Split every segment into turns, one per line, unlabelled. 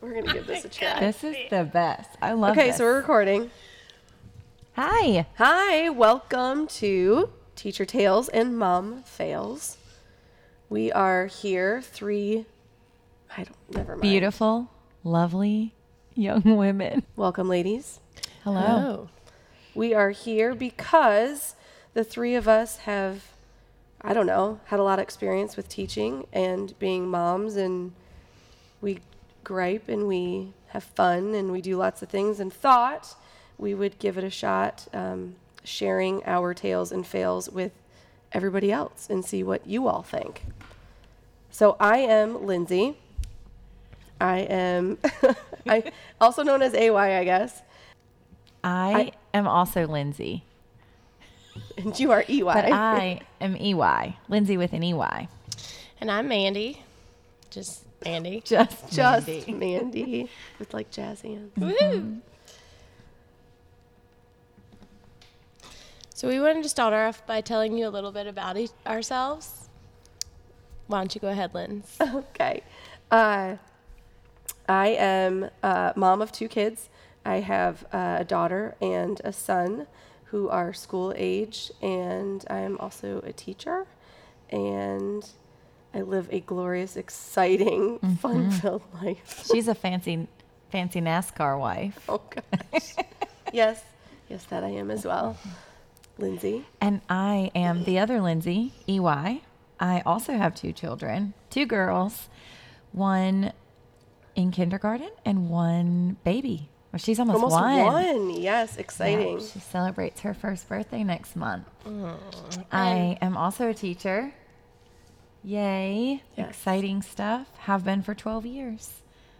We're gonna give this a try.
This is the best. I love
Okay,
this.
so we're recording.
Hi.
Hi, welcome to Teacher Tales and Mom Fails. We are here, three. I don't. Never mind.
Beautiful, lovely young women.
Welcome, ladies.
Hello.
We are here because the three of us have, I don't know, had a lot of experience with teaching and being moms, and we gripe and we have fun and we do lots of things, and thought we would give it a shot um, sharing our tales and fails with everybody else and see what you all think. So I am Lindsay. I am I also known as AY, I guess.
I, am also Lindsay,
And you are E EY.
but I am EY. Lindsay with an E EY.
And I'm Mandy. Just Mandy.
Just,
Just Mandy. with like jazz hands.
Woo! So we wanted to start off by telling you a little bit about each ourselves. Why don't you go ahead, Lynn?
okay. Uh, I am a mom of two kids. I have uh, a daughter and a son who are school age, and I'm also a teacher. And I live a glorious, exciting, fun filled life.
She's a fancy, fancy NASCAR wife.
Oh, gosh. yes. Yes, that I am as well. Lindsay.
And I am the other Lindsay, EY. I also have two children, two girls, one in kindergarten and one baby. Well, she's almost,
Almost
one.
one. Yes,
Yeah,
exciting.
she celebrates her first birthday next month. I am also a teacher. Yay.
Yes.
Exciting stuff. Have been for 12 years.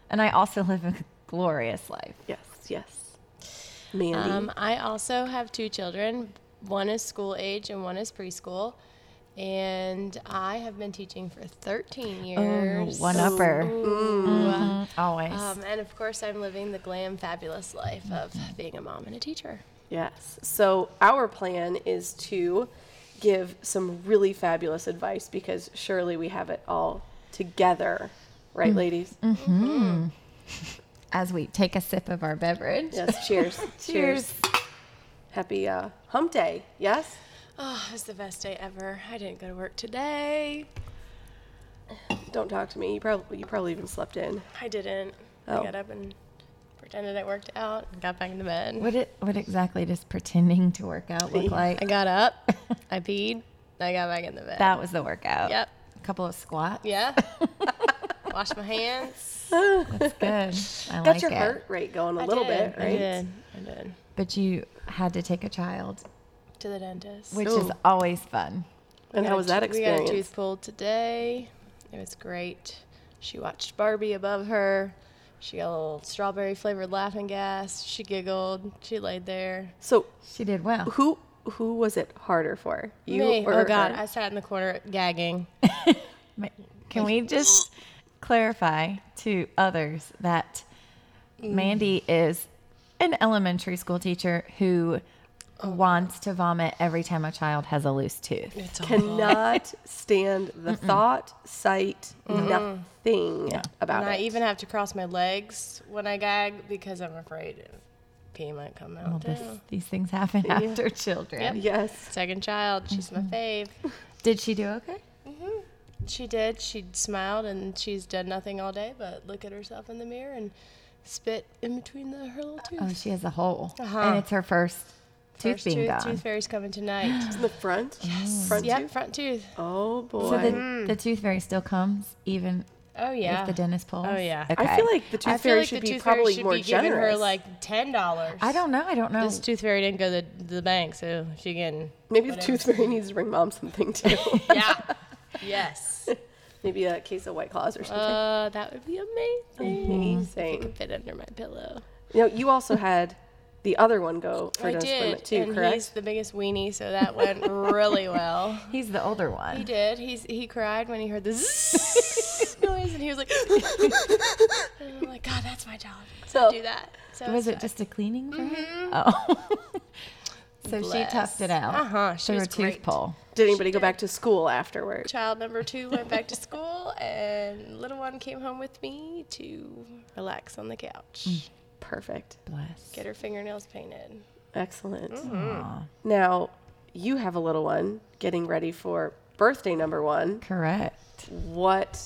And I also live a glorious life.
Yes, yes. Mandy.
Um, I also have two children. One is school age and one is preschool. And I have been teaching for 13 years.
One upper. Mm-hmm.
Ooh.
Always.
Um, and of course, I'm living the glam, fabulous life of being a mom and a teacher.
Yes. So our plan is to give some really fabulous advice because surely we have it all together,
Mm.
right, ladies?
As we take a sip of our beverage.
Yes. Cheers.
Cheers.
Happy uh, Hump Day. Yes.
Oh, it was the best day ever. I didn't go to work today.
Don't talk to me. You probably you probably even slept in.
I didn't.
Oh.
I got up and pretended I worked out and got back into bed.
What, it, what exactly does pretending to work out look like?
I got up, I peed, I got back in the bed.
That was the workout.
Yep.
A couple of squats.
Yeah. Washed my hands.
That's good. I
Got
like
your
it.
heart rate going a little bit,
I
right?
did. I did.
But you had to take a child,
To the dentist.
which
Ooh.
is always fun.
And how was that
We got a
experience?
tooth pulled today. It was great. She watched Barbie above her. She got a little strawberry flavored laughing gas. She giggled. She laid there.
So
She did well.
who who was it harder for? You
Me.
or
oh God!
or-
I sat in the corner gagging.
Ma- Can we just clarify to others that
Mm.
Mandy is an elementary school teacher who
Oh.
wants to vomit every time a child has a loose tooth?
It's all
cannot stand the thought, sight, nothing about
And I
it.
even have to cross my legs when I gag because I'm afraid pee might come out.
This,
too.
these things happen after children.
Yep.
yes.
Second child, she's my fave.
Did she do okay?
She did. She smiled and she's done nothing all day but look at herself in the mirror and spit in between the, her little tooth.
Oh, she has a hole,
Uh-huh.
and it's her first tooth
First
being
tooth,
gone.
tooth fairy's coming tonight.
In the front? Yes. Front
yep,
tooth?
front tooth.
Oh boy.
So the, the tooth fairy still comes even
Oh Mm. yeah.
if the dentist pulls.
Oh, yeah. I
I feel like the tooth
I feel
fairy
like
should
the
be
tooth fairy
probably
should
more
be
generous.
giving her like ten dollars.
I don't know. I don't know.
This tooth fairy didn't go to the, the bank, so she can.
Maybe the tooth fairy needs to bring mom something too.
Yeah. yes.
Maybe a case of white claws or something.
Uh, that would be amazing.
Amazing.
Fit under my pillow.
You know, you also had the other one go for
I
dentist appointment
did,
too,
and
correct?
he's the biggest weenie, so that went really well.
He's the older
He
one.
did. He's he cried when he heard the zzz noise, and he was like, and "I'm like, God, that's Mm-hmm. my job. So
So-
do that." So
Was
it's
it just a cleaning for him? Oh. So she toughed it out
Uh-huh, she
through
was
a tooth
great.
pull.
Did anybody go back to school afterward?
Child number two went back to school, and little one came home with me to relax on the couch,
Perfect.
Bless.
get her fingernails painted.
Excellent.
Mm-hmm.
Aw,
Now, you have a little one getting ready for birthday number one.
correct.
What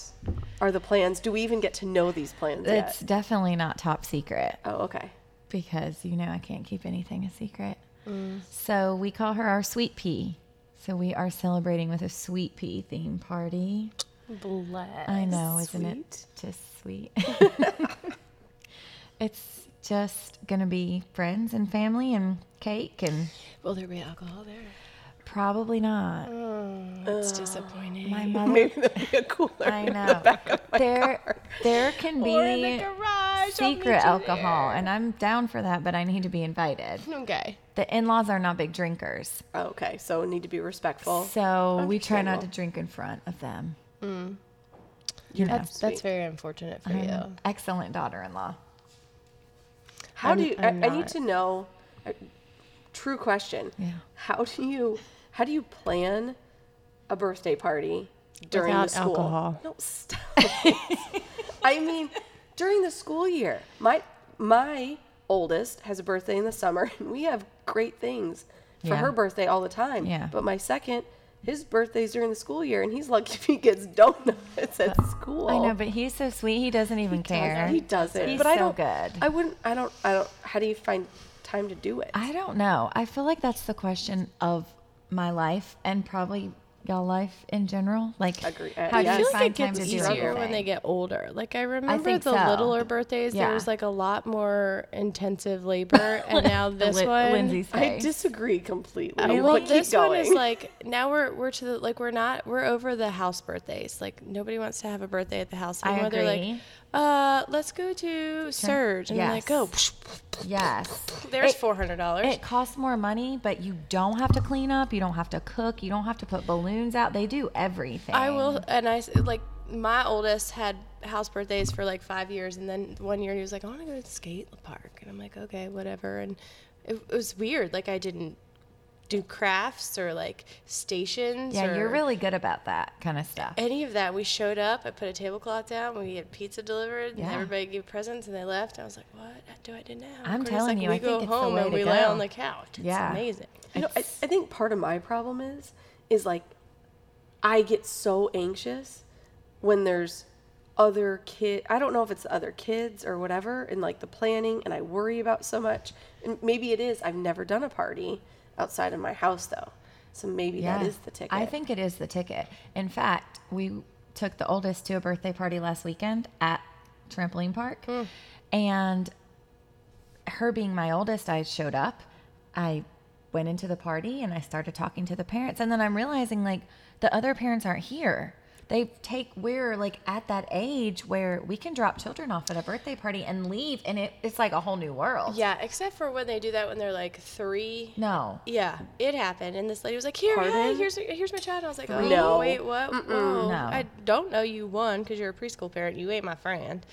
are the plans? Do we even get to know these plans
It's
yet?
definitely not top secret.
Oh, okay.
because you know I can't keep anything a secret.
Mm.
So we call her our sweet pea. So we are celebrating with a sweet pea theme party.
Bless.
I know, isn't it just sweet? it's just gonna be friends and family and cake and
Will there be alcohol there?
probably not.
Mm. It's disappointing.
My mother,
Maybe that'd be a cooler.
I know. There, there can
or in the
be
garage. I'll meet you
secret alcohol,
there.
and I'm down for that, but I need to be invited.
Okay.
The in-laws are not big drinkers.
Oh, okay, so need to be
Oh,
respectful.
So we try not to
Understandable.
drink in front of them. You know,
Mm. That's that's very unfortunate for
I'm
you.
an excellent daughter-in-law.
How do you? I,
I'm
I need
not.
to know. a true question.
Yeah.
How do you? How do you plan a birthday party during
Without
the school?
alcohol.
No, stop. I mean, during the school year, my my oldest has a birthday in the summer, and we have great things for
Yeah.
her birthday all the time.
Yeah.
But my second. His birthday's during the school year, and he's lucky if he gets donuts at school.
Uh, I know, but he's so sweet. He doesn't even care.
He does it,
He's
but
so
I don't.
good.
I wouldn't. I don't. I don't. How do you find time to do it?
I don't know. I feel like that's the question of my life and probably y'all life in general. Like,
Agree. Uh,
how
I
do you
I feel like
find
it gets
time to do
easier when
everything?
they get older. Like I remember
think
the
so.
littler birthdays,
Yeah.
there was like a lot more intensive labor, and now this
Lin-
one,
Lindsay's
I
face.
disagree completely.
Uh,
but
well,
keep
this
going.
one is like now we're we're to the like we're not we're over the house birthdays. Like nobody wants to have a birthday at the house
I
anymore. They're like,
agree.
uh, let's go to Surge, and I'm like, go.
Yes. yes.
There's
It-
four hundred dollars.
It costs more money, but you don't have to clean up. You don't have to cook. You don't have to put balloons out. They do everything.
I will, and I s- like my oldest had house birthdays for like five years, and then one year he was like, "I want to go to the skate park," and I'm like, "Okay, whatever." And it, it was weird. Like I didn't do crafts or like stations.
Yeah, you're
or
really good about that kind of stuff.
Any of that. We showed up. I put a tablecloth down. We had pizza delivered,
Yeah.
and everybody gave presents, and they left. I was like, "What do I do now?"
I'm
Courtney's
telling
like,
you,
we
I
go
think it's the
home
way
and
to
we lay
go.
on the couch. It's
Yeah.
amazing.
You know, I, I think part of my problem is, is like, I get so anxious when there's other kid. I don't know if it's the other kids or whatever, and like the planning, and I worry about so much. And maybe it is. I've never done a party outside of my house though, so maybe that is the ticket.
I think it is the ticket. In fact, we took the oldest to a birthday party last weekend at Trampoline Park.
Hmm.
And her being my oldest, I showed up. I went into the party and I started talking to the parents. And then I'm realizing like the other parents aren't here. They take, we're like at that age where we can drop children off at a birthday party and leave. And it, it's like a whole new world.
Yeah, except for when they do that when they're like three.
No.
Yeah, it happened, and this lady was like, "Here,
Pardon?
hey, here's here's my child." And I was like, "Oh,
No.
wait, what? Whoa.
No.
I don't know you one because you're a preschool parent. You ain't my friend.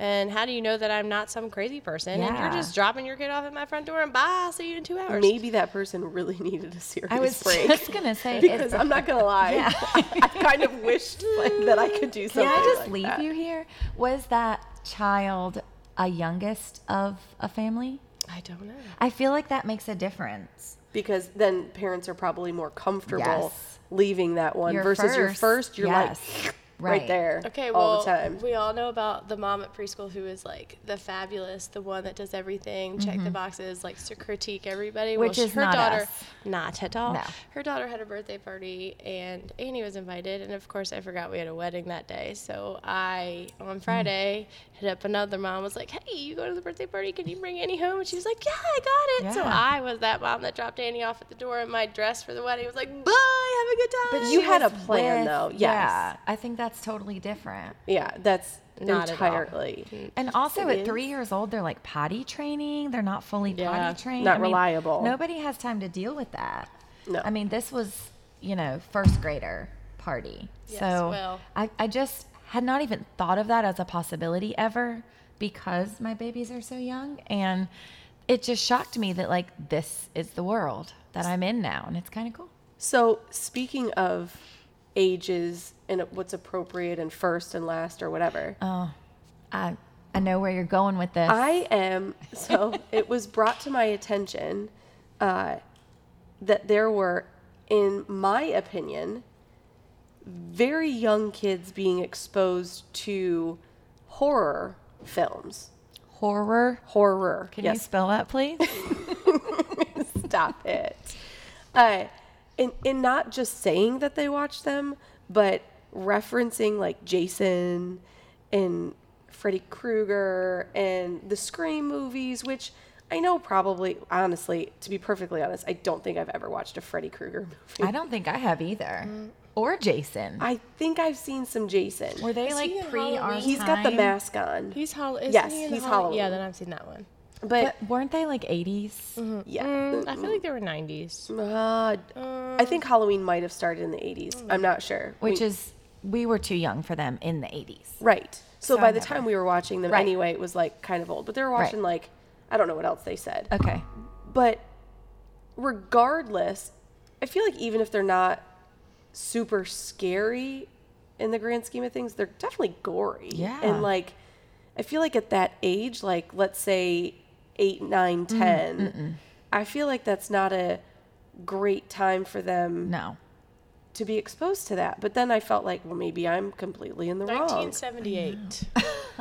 And how do you know that I'm not some crazy person? And you're
Yeah.
just dropping your kid off at my front door and bye. I'll see you in two hours.
maybe that person really needed a serious
I was
break.
just going to say, it's
because I'm not gonna lie,
Yeah.
I, I kind of wished like, that I could do something.
Can I just
like
leave
that.
you here? Was that child a youngest of a family?
I don't know.
I feel like that makes a difference.
Because then parents are probably more comfortable
Yes.
leaving that one
You're
versus your
first,
first. You're
yes,
like right.
right.
there,
Okay, well,
all the time.
we all know about the mom at preschool who is like the fabulous, the one that does everything, check
Mm-hmm.
the boxes, likes to critique everybody.
Which
sh-
is
her
not
daughter,
us.
not at all.
No.
Her daughter had a birthday party and Annie was invited, and of course I forgot we had a wedding that day. So I
Mm.
on Friday hit up another mom was like, "Hey, you go to the birthday party? Can you bring Annie home?" And she was like, "Yeah, I got it." So
Yeah.
I was that mom that dropped Annie off at the door in my dress for the wedding. was like, "Bye, have a good time."
But you had a plan, though, yes.
Yeah, I think that's totally different.
yeah, that's
Not at all.
entirely
And also, at three years old, they're like potty training. They're not fully
Yeah,
potty trained.
not reliable.
Nobody has time to deal with that.
No.
I mean, this was, you know, first grader party.
Yes,
so
well.
I, I just had not even thought of that as a possibility ever because my babies are so young. And it just shocked me that like this is the world that I'm in now, and it's kind of cool.
So, speaking of ages and what's appropriate and first and last or whatever,
I I know where you're going with this.
I am. So, it was brought to my attention uh, that there were, in my opinion, very young kids being exposed to horror films.
Horror.
Horror.
Can you
yes,
spell that, please?
Stop it. Uh, and, and not just saying that they watch them, but referencing like Jason and Freddy Krueger and the Scream movies, which I know probably, honestly, to be perfectly honest, I don't think I've ever watched a Freddy Krueger movie.
I don't think I have either.
Mm.
Or Jason.
I think I've seen some Jason.
Were they
Is
like
he in
pre our
Halloween?
He's got the
time?
mask on.
He's Hall- isn't
Yes,
he in the
he's
Hall- Yeah,
Halloween.
then I've seen that one.
but,
But weren't they like 80s?
yeah.
Mm, I feel like they were 90s.
Mm.
Uh, I think Halloween might have started in the 80s. I'm not sure.
Mm. Which
We-
is, we were too young for them in the 80s.
Right. So,
So
by the
never.
time we were watching them
Right.
anyway, it was like kind of old. But they were
Right.
watching like I don't know what else they said.
Okay.
But regardless, I feel like even if they're not super scary in the grand scheme of things, they're definitely gory.
Yeah.
And like I feel like at that age, like let's say eight, nine,
Mm,
ten, I feel like that's not a great time for them
No.
to be exposed to that. But then I felt like, well, maybe I'm completely in the wrong.
1978.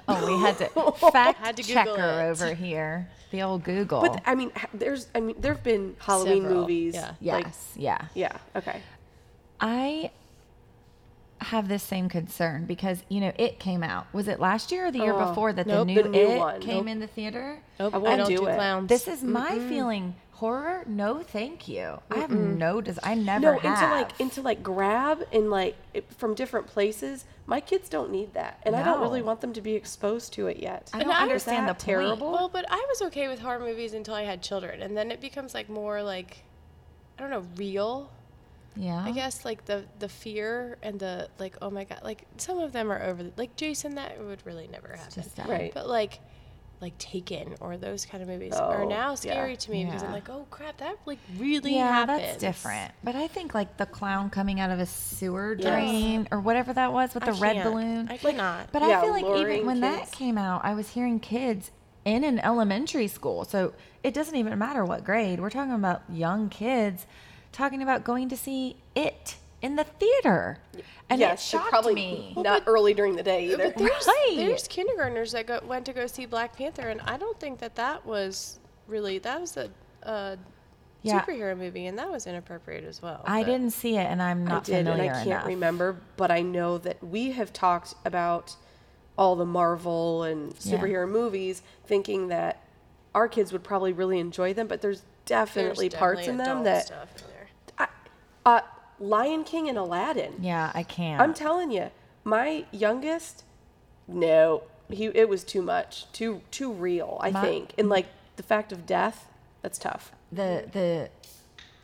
Oh, we had to fact
Had to Google
checker
it.
over here. The old Google.
But I mean, h- there's I mean there've been Halloween
Several,
movies.
yeah.
like-
yes. yeah.
yeah. Okay.
I have this same concern because, you know, it came out. Was it last year or the year
Oh,
before that
nope,
the new,
the new
it
one.
came
Nope.
in the theater?
Nope,
I
I,
won't
don't
do
do,
it.
clowns.
This is my feeling. Horror? No, thank you. I have no des I never
No,
have.
into like into like grab and like it, from different places. My kids don't need that, and I don't really
No.
want them to be exposed to it yet.
I don't
I-
understand the
Is that terrible?
point.
Well, but I was okay with horror movies until I had children, and then it becomes like more like, I don't know, real.
Yeah.
I guess like the the fear and the like. Oh my god! Like some of them are over. the- Like Jason, that would really never happen.
Just, uh,
Right.
But like, like Taken or those kind of movies
Oh,
are now
yeah.
scary to me because I'm
Yeah.
like, oh crap, that like really
yeah,
happened.
that's different. But I think like the clown coming out of a sewer
Yes.
drain or whatever that was with the
I
red
can't.
balloon.
I cannot.
But
Yeah,
I feel like
luring
even when that
kids.
came out, I was hearing kids in an elementary school. So it doesn't even matter what grade. We're talking about young kids talking about going to see it in the theater. And
yes,
it
it's
shocked
probably
me.
not early during the day either.
But there's,
Right.
there's kindergartners that go, went to go see Black Panther, and I don't think that that was really that was a, a
Yeah.
superhero movie, and that was inappropriate as well.
I
but-
didn't see it and I'm
I
not
did, and I
familiar
can't
enough.
remember, but I know that we have talked about all the Marvel and
Yeah.
superhero movies, thinking that our kids would probably really enjoy them, but there's
there's
definitely parts
definitely
in them
adult
that
stuff in there.
I, uh, Lion King and Aladdin.
Yeah, I can't.
I'm telling you, my youngest, no, he it was too much, too too real. I
My-
think, and like the fact of death, that's tough.
the the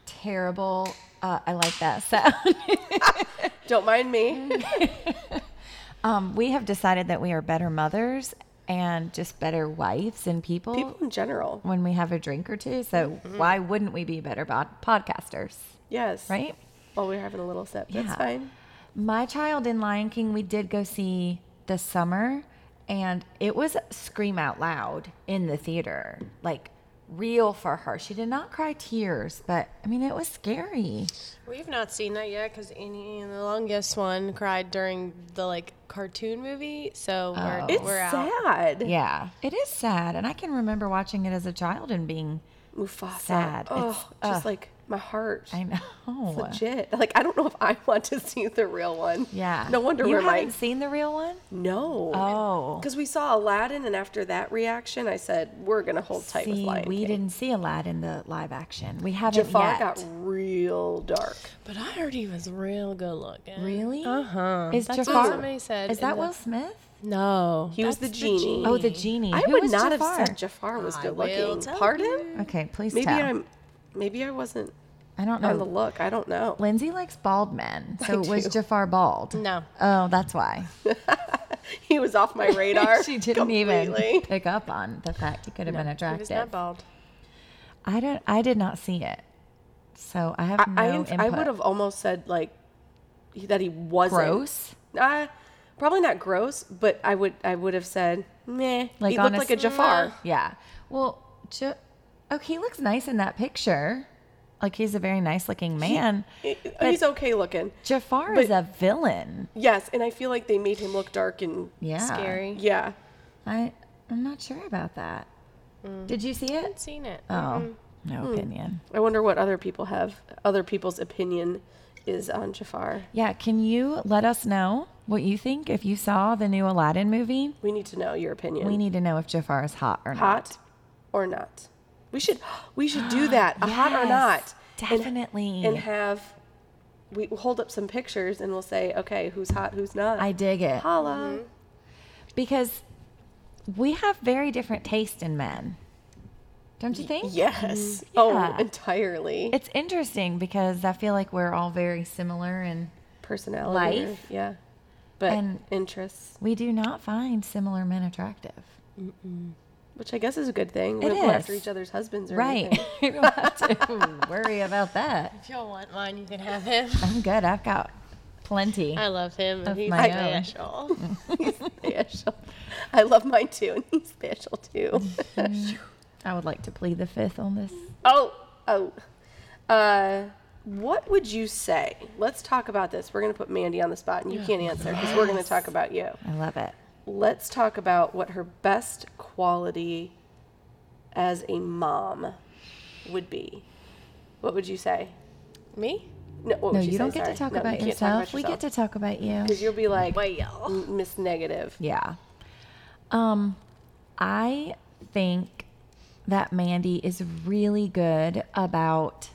terrible uh, I like that sound.
Don't mind me.
Um, we have decided that we are better mothers and just better wives and people,
People Mm-hmm. in general,
when we have a drink or two. So why wouldn't we be better bod- podcasters,
yes,
right?
While we're having a little sip,
Yeah.
that's fine.
My child in Lion King, we did go see this summer, and it was scream out loud in the theater, like real for her. She did not cry tears, but I mean, it was scary.
We've not seen that yet because Annie and the longest one cried during the like cartoon movie, so we're,
Oh. It's
we're out.
sad.
Yeah, it is sad, and I can remember watching it as a child and being,
Mufasa.
Sad.
Oh,
It's-
just
ugh.
like my heart.
I know.
It's legit. Like I don't know if I want to see the real one.
Yeah.
No wonder
you
we're
haven't
like
seen the real one.
no.
Oh.
Because we saw Aladdin, and after that reaction, I said we're gonna hold tight with
See,
Lion
we
King.
didn't see Aladdin the live action. We haven't
Jafar
yet.
got real dark.
But I heard he was real good looking.
really?
Uh huh.
Is
That's
Jafar?
What somebody said.
Is
in
that
the-
Will Smith?
No,
He was
that's
the genie.
Oh, the genie.
I
Who
would
was
not
Jafar?
have said Jafar was
I
good
will
looking.
tell
Pardon?
you.
Okay, please
Maybe
tell. Oh.
I'm. Maybe I wasn't
I don't
on the
know.
look. I don't know.
Lindsay likes bald men, so was
do.
Jafar bald?
No.
Oh, that's why.
He was off my radar.
she didn't even
completely.
pick up on the fact he could have been
He was
attractive.
not bald.
I don't. I did not see it, so I have
I,
no
I, am-
input.
I would have almost said like he- that he wasn't
gross.
Uh, probably not gross, but I would I would have said meh.
Like,
he
on
looked
a
like a Jafar.
Yeah. Well, ju- oh, he looks nice in that picture. Like he's a very nice looking man.
uh, He's okay looking.
Jafar is a villain.
Yes, and I feel like they made him look dark and
Yeah.
Scary.
yeah.
I I'm not sure about that.
Mm.
Did you see
I've
it?
seen it.
Oh, no opinion.
I wonder what other people have other people's opinion is on Jafar.
Yeah, can you let us know what you think if you saw the new Aladdin movie?
We need to know your opinion.
We need to know if Jafar is hot or not.
hot or not. We should we should do that. A hot or
Yes,
not. and-
definitely.
And, have we we'll hold up some pictures and we'll say, okay, who's hot, who's not.
I dig it
holla.
because we have very different taste in men. Don't you think?
Yes.
Yeah.
Oh, entirely.
It's interesting because I feel like we're all very similar and
personality. or-
Life.
Yeah. But
And-
interests,
we do not find similar men attractive.
which I guess is a good thing. We
It
don't go after
is.
each other's husbands or
Right.
anything.
you don't have to worry about that.
If y'all want mine, you can have him.
I'm good. I've got plenty.
I love him.
Of
And he's
my own.
special.
Special. I love mine too, and he's special too.
I would like to plead the fifth on this.
Oh, oh. Uh, what would you say? Let's talk about this. We're going to put Mandy on the spot, and you can't answer because we're going to talk about you.
I love it.
Let's talk about what her best quality as a mom would be. What would you say?
Me?
No, what
No,
would
you,
say?
don't get
Sorry.
to talk,
No, you
about
can't
yourself. We get to
yourself.
talk about you.
Because you'll be like
Well.
"M- Miss Negative.
Yeah. Um, I think that Mandy is really good about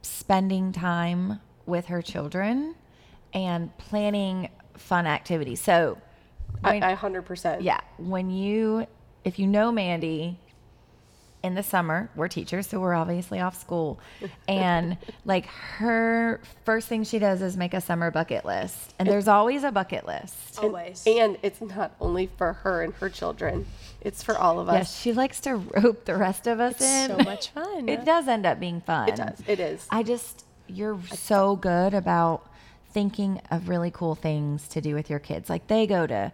spending time with her children and planning fun activities. So, when-
I, I 100%.
yeah, when you, if you know Mandy, in the summer, we're teachers, so we're obviously off school. And like her first thing she does is make a summer bucket list. And there's always a bucket list.
Always.
And it's not only for her and her children, it's for all of us.
Yes, she likes to rope the rest of us in.
so much fun.
It does end up being fun.
It does. It is.
I just, you're so good about thinking of really cool things to do with your kids. Like they go to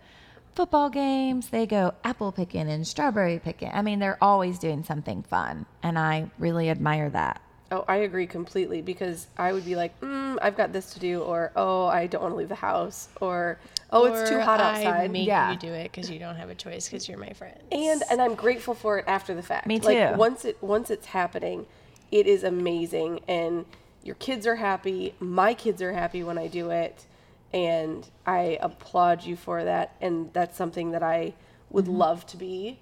football games, they go apple picking and strawberry picking. I mean, they're always doing something fun. And I really admire that.
Oh, I agree completely because I would be like, mm, I've got this to do, or oh, I don't want to leave the house, or oh, it's too
Or
hot
I
outside.
make
Yeah.
you do it because you don't have a choice because you're my friend.
And and I'm grateful for it after the fact.
Me
Like
too.
once it once it's happening, it is amazing, and your kids are happy. My kids are happy when I do it, and I applaud you for that. And that's something that I would
Mm-hmm.
love to be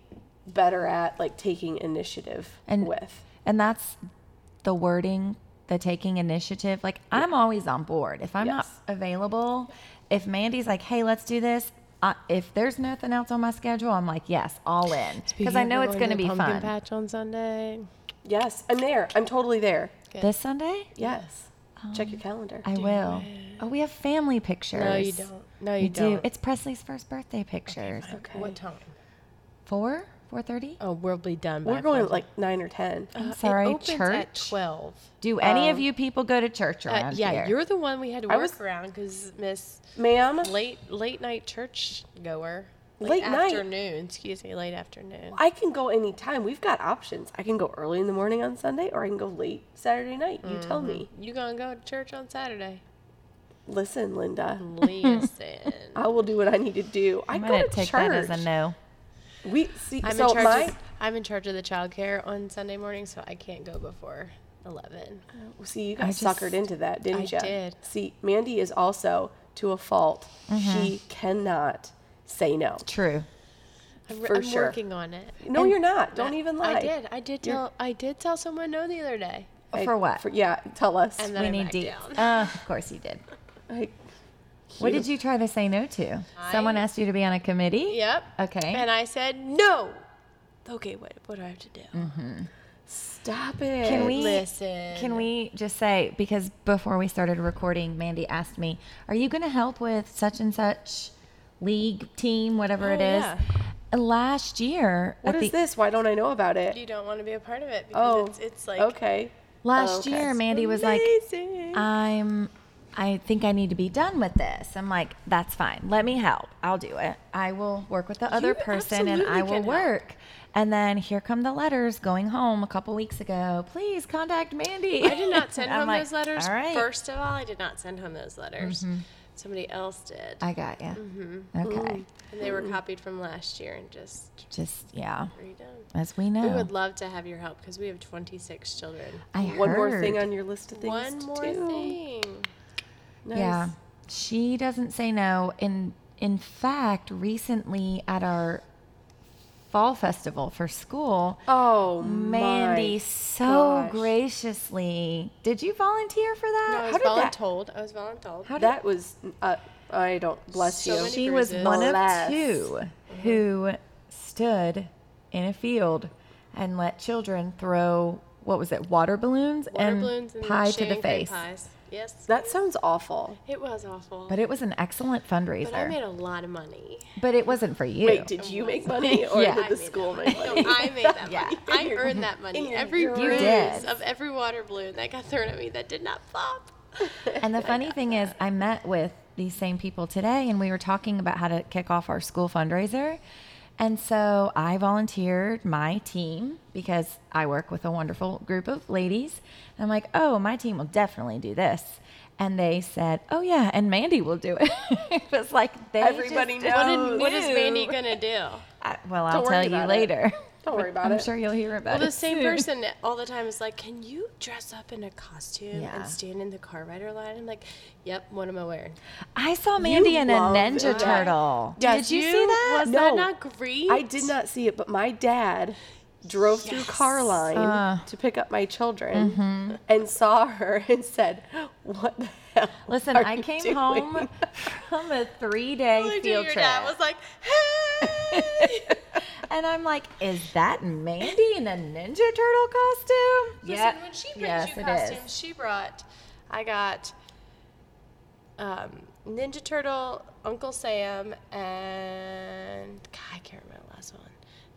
better at, like taking initiative
And-
with.
And that's the wording, the taking initiative. Like I'm always on board. If I'm
Yes.
not available, if Mandy's like, "Hey, let's do this," I, if there's nothing else on my schedule, I'm like, "Yes, all in," because I know it's going to be
pumpkin
fun.
patch on Sunday.
Yes, I'm there. I'm totally there.
This Sunday,
Yes. Check your calendar.
Um, I will. Oh, we have family pictures.
No, you don't. No, you,
We do.
don't.
It's Presley's first birthday pictures.
okay.
What time?
Four, four thirty.
Oh, we'll be done. By
We're going at
four.
like nine or ten.
I'm
Uh, it
sorry,
opens at
church.
twelve.
Do any of you people go to church
Uh,
around
yeah,
here?
you're the one we had to work
was-
around because Miss
Ma'am,
late late night church goer.
Late night?
afternoon. Excuse me, late afternoon.
I can go anytime. We've got options. I can go early in the morning on Sunday or I can go late Saturday night. You tell me.
You gonna go to church on Saturday?
Mm-hmm.
Listen, Linda,
Listen.
I will do what I need to do. I
I'm
go
gonna
to
take
church.
that as a no.
We see
I'm
so
in charge.
my
Of, I'm in charge of the childcare on Sunday morning, so I can't go before eleven.
see you got
I just-
suckered into that, didn't
I
you?
did.
See, Mandy is also to a fault. She
Mm-hmm.
cannot say no.
True.
I'm,
For
I'm
sure.
working on it.
No, you're not. Don't even lie.
I did. I did tell. I did tell someone no the other day,
I-
for what?
yeah, tell us.
and then
we
I
need
backed
deets.
down.
Uh, of course you did.
I-
What did you try to say no to? Someone
I-
asked you to be on a committee?
Yep.
Okay.
And I said no. Okay, what what do I have to do?
Mm-hmm. Stop it.
Can we
Listen.
Can we just say because before we started recording, Mandy asked me, "Are you going to help with such and such league team, whatever it
Oh,
is?"
yeah.
last year
What
at
is
the
this? Why don't I know about it?
You don't want to be a part of it because
Oh,
it's, it's like
okay.
last
Oh, okay.
year Mandy was like
amazing.
I'm I think I need to be done with this. I'm like, that's fine. Let me help. I'll do it. I will work with the other
You
person and I
absolutely
will
can help.
work. And then here come the letters going home a couple weeks ago. Please contact Mandy.
I did not send
I'm
home
like,
those letters.
All right.
First of all, I did not send home those letters.
Mm-hmm.
Somebody else did.
I got you.
Mm-hmm.
Okay.
and they were
Mm-hmm.
copied from last year and just
Just, yeah,
redone.
as we
We
know.
would love to have your help because we have 26 children.
I
One more thing
heard.
on your list of things.
One
to
more
do.
thing.
Nice.
Yeah. She doesn't say no. And in fact, recently at our fall festival for school,
Oh,
Mandy
my
so
gosh.
graciously. Did you volunteer for
No, I
that?
was
How did that?
voluntold. I was voluntold.
How did
That was. Uh, I don't bless
So
you.
many-
she was
bruises?
one of
Bless.
two
Mm-hmm.
who stood in a field and let children throw what was it, water balloons
Water
and
balloons and
pie to the
shaving cream
face.
Pies. Yes,
that sounds awful.
it was awful.
But it was an excellent fundraiser.
But I made a lot of money.
But it wasn't for you.
Wait, did you make money or
Yeah.
did
I
the
made
school
that
make
No,
money?
I made that
Yeah.
money. I earned that money.
your
Every
dreams.
You
bruise
did.
of every water balloon that got thrown at me that did not pop.
And the funny thing is, I met with these same people today, and we were talking about how to kick off our school fundraiser. And so I volunteered my team because I work with a wonderful group of ladies. And I'm like, oh, my team will definitely do this. And they said, oh, yeah, and Mandy will do it. it was like, they
Everybody
just,
knows.
knew.
What is Mandy gonna do?
I- well, I'll
Don't worry
tell you
about it.
later.
Don't worry about
I'm
it.
sure you'll hear about
Well,
it.
the same
soon.
person all the time is like, "Can you dress up in a costume
Yeah.
and stand in the car rider line?" I'm like, "Yep, what am I wearing?"
I saw Mandy in a
love
Ninja
that.
Turtle.
Yes,
Did you,
you
see that?
Was
No.
that not great?
I did not see it, but my dad drove through car line
Uh.
to pick up my children
Mm-hmm.
and saw her and said, "What the hell?"
Listen,
are
I
you
came
doing?"
home from a three day
Looked at
field
your
trip.
dad was like, "Hey!"
and I'm like, is that Mandy in a Ninja Turtle costume?
Listen, when she brings
yes,
you
it
costumes,
is.
she brought. I got um, Ninja Turtle, Uncle Sam, and God, I can't remember the last one.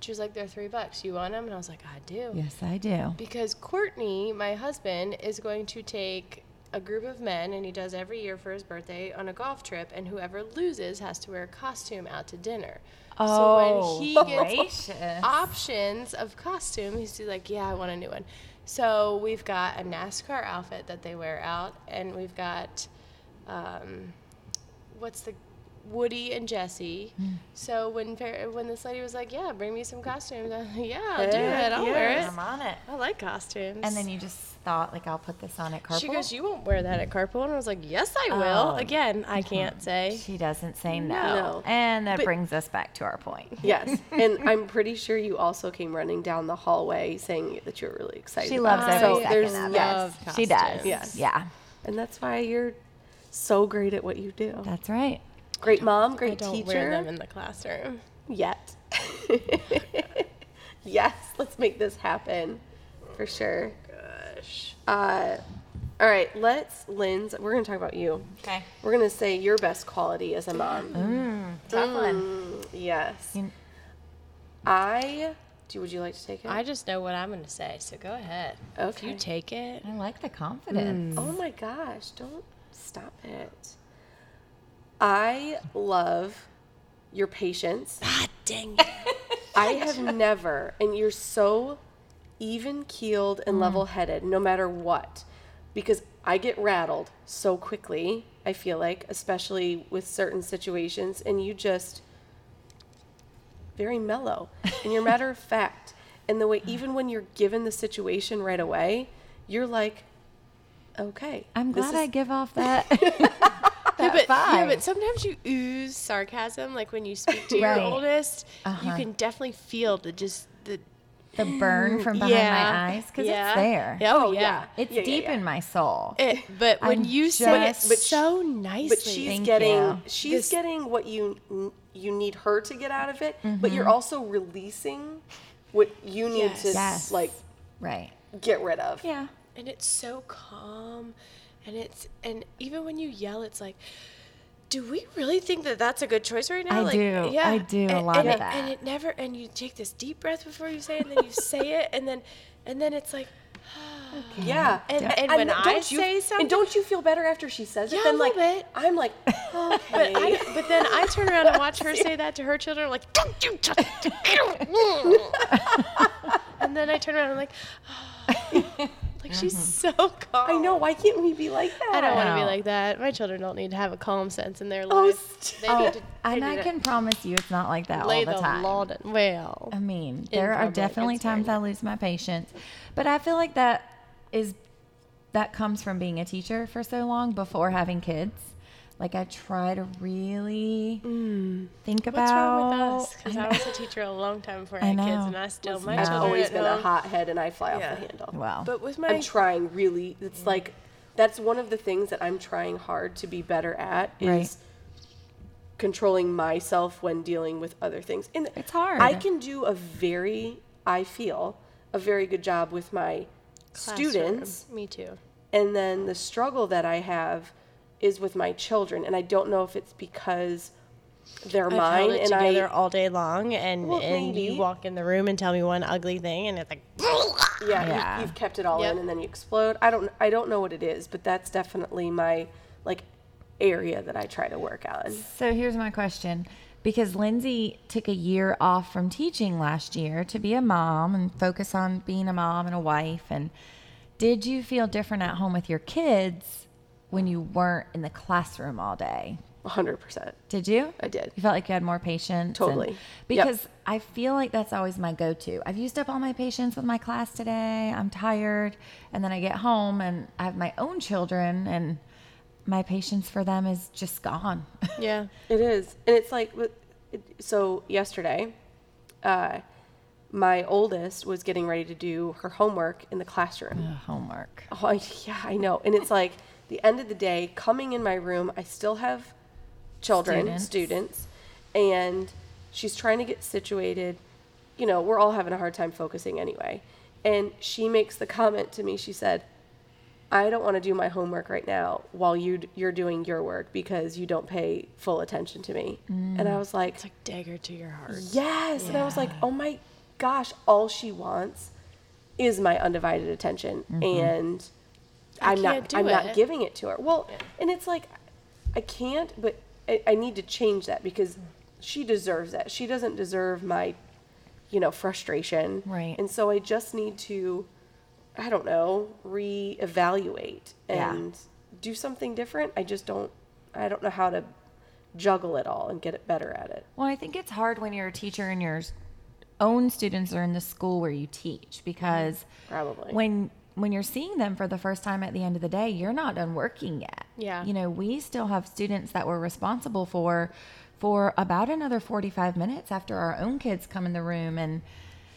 She was like, "They're three bucks. You want them?" And I was like, "I do."
Yes, I do.
Because Courtney, my husband, is going to take a group of men, and he does every year for his birthday, on a golf trip, and whoever loses has to wear a costume out to dinner.
Oh,
so when he gets
gracious.
options of costume. He's just like, yeah, I want a new one. So we've got a NASCAR outfit that they wear out, and we've got, um, what's the Woody and Jesse.
Mm.
So when Fer- when this lady was like, yeah, bring me some costumes, I was like, yeah, I'll do
Heck
it. I'll wear it.
yes.
I'm on it.
I like costumes.
And then you just thought, like, I'll put this on at carpool.
she goes, you won't wear that at carpool, and I was like, yes, I will.
Oh.
Again, I can't say.
She doesn't say no.
No.
And that
But-
brings us back to our point.
Yes, and I'm pretty sure you also came running down the hallway saying that you're really excited.
She
about
loves
it.
every
so
second
there's
of it.
yes,
Oh, love
She does.
costumes.
Yes.
Yeah.
and that's why you're so great at what you do.
That's right.
Great mom,
I
great
don't
teacher.
wear them in the classroom.
yet. yes, let's make this happen for sure.
Gosh.
Uh, all right, let's, Linz, we're going to talk about you.
Okay.
We're going to say your best quality as a mom.
Tough one.
Mm, yes.
You-
I, do, would you like to take it?
I just know what I'm going to say, so go ahead. If
okay.
you take it,
I like the confidence.
Hmm.
oh my gosh, don't stop it. I love your patience.
Ah,
God dang it.
I have never, and you're so even keeled
Mm.
and level headed, no matter what, because I get rattled so quickly, I feel like, especially with certain situations, and you just very mellow and you're matter of fact. And the way, even when you're given the situation right away, you're like, okay.
I'm
this
glad
is-
I give off that.
yeah, but, yeah,
vibe.
but sometimes you ooze sarcasm. Like when you speak to
Right.
your oldest, you
Uh-huh.
can definitely feel the just the
the burn from behind my eyes because
yeah.
it's there.
Yeah, Oh,
Oh,
yeah.
yeah.
It's
Yeah, yeah,
deep
yeah.
in my soul.
It, but when
I'm
you say it
just-
but so nicely,
but she's
Thank
getting
you.
she's
This-
getting what you you need her to get out of it but you're also releasing what you need to
Mm-hmm. Yes.
Yes.
like
right.
get rid of
Yeah.
and it's so calm, and it's and even when you yell, it's like do we really think that that's a good choice right now?
I do. I do a
and,
lot
and
of
it,
that.
And it never. And you take this deep breath before you say it, and then you say it, and then, and then it's like,
Yeah,
And- and when I
don't you-
say something-
and don't you feel better after she says
Yeah,
it?
a
Then like
little bit.
I'm like,
but,
okay,
I, but then I turn around and watch her say that to her children, like, don't you touch. and then I turn around and I'm like, like she's
Mm-hmm.
so calm.
I know. Why can't we be like that?
I don't want to be
No.
like that. My children don't need to have a calm sense in their life.
Oh,
they
st-
need to
And
they
I
need to
can promise you it's not like that
lay
all the time.
law down. Well,
I mean, there are
public,
definitely
it's very
times I lose my patience, but I feel like that is that comes from being a teacher for so long before having kids. Like I try to really think about
Mm. what's wrong with us? Because I was a teacher a long time before
I
I had kids,
know.
and I still my
I've
children.
always
at
been a
home-
hothead, and I fly
Yeah.
off the handle.
Wow.
But with my
I'm trying really. It's like that's one of the things that I'm trying hard to be better at is
Right.
controlling myself when dealing with other things. And
It's hard.
I can do a very, I feel, a very good job with my
classroom-
students,
me too.
and then the struggle that I have is with my children, and I don't know if it's because they're
I've
mine
held it
and
together
I
all day long, and
Well,
and you
maybe.
walk in the room and tell me one ugly thing, and it's like
yeah,
Yeah.
You've, you've kept it all
Yep.
in and then you explode i don't i don't know what it is but that's definitely my like area that i try to work on
So here's my question because Lindsay took a year off from teaching last year to be a mom and focus on being a mom and a wife and did you feel different at home with your kids when you weren't in the classroom all day?
100%
Did you?
I did.
You felt like you had more patience. and-
Totally. Yep.
Because I feel like that's always my go to. I've used up all my patience with my class today. I'm tired. And then I get home and I have my own children and my patience for them is just gone.
yeah.
it is and it's like with- it- so yesterday uh my oldest was getting ready to do her homework in the classroom
Homework.
Oh, I- yeah, I know. And it's like the end of the day, coming in my room, I still have children,
Students.
students. and she's trying to get situated. You know, we're all having a hard time focusing anyway. And she makes the comment to me, she said, I don't want to do my homework right now while you you're doing your work because you don't pay full attention to me. And I was like,
It's like dagger to your heart.
Yes. And I was like, oh my gosh, all she wants is my undivided attention. And
Mm-hmm. I
I'm
can't
not
do
I'm
it.
not giving it to her. Well, and it's like I can't, but I, I need to change that because she deserves that. She doesn't deserve my, you know, frustration.
Right.
And so I just need to, I don't know, reevaluate
Yeah.
and do something different. I just don't I don't know how to juggle it all and get it better at it.
Well, I think it's hard when you're a teacher and your s- own students are in the school where you teach because
Probably.
when when you're seeing them for the first time at the end of the day, you're not done working yet.
Yeah.
You know, we still have students that we're responsible for for about another 45 minutes after our own kids come in the room and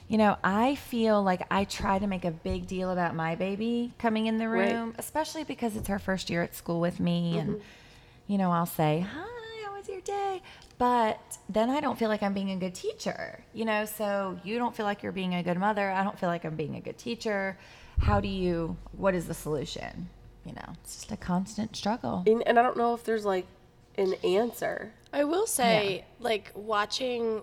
you know, I feel like I try to make a big deal about my baby coming in the
Right.
room, especially because it's her first year at school with me and
Mm-hmm.
you know, I'll say, "Hi, how was your day?" But then I don't feel like I'm being a good teacher. You know, so you don't feel like you're being a good mother. I don't feel like I'm being a good teacher. How do you what is the solution? You know, it's just a constant struggle.
And, and I don't know if there's like an answer.
I will say, like watching,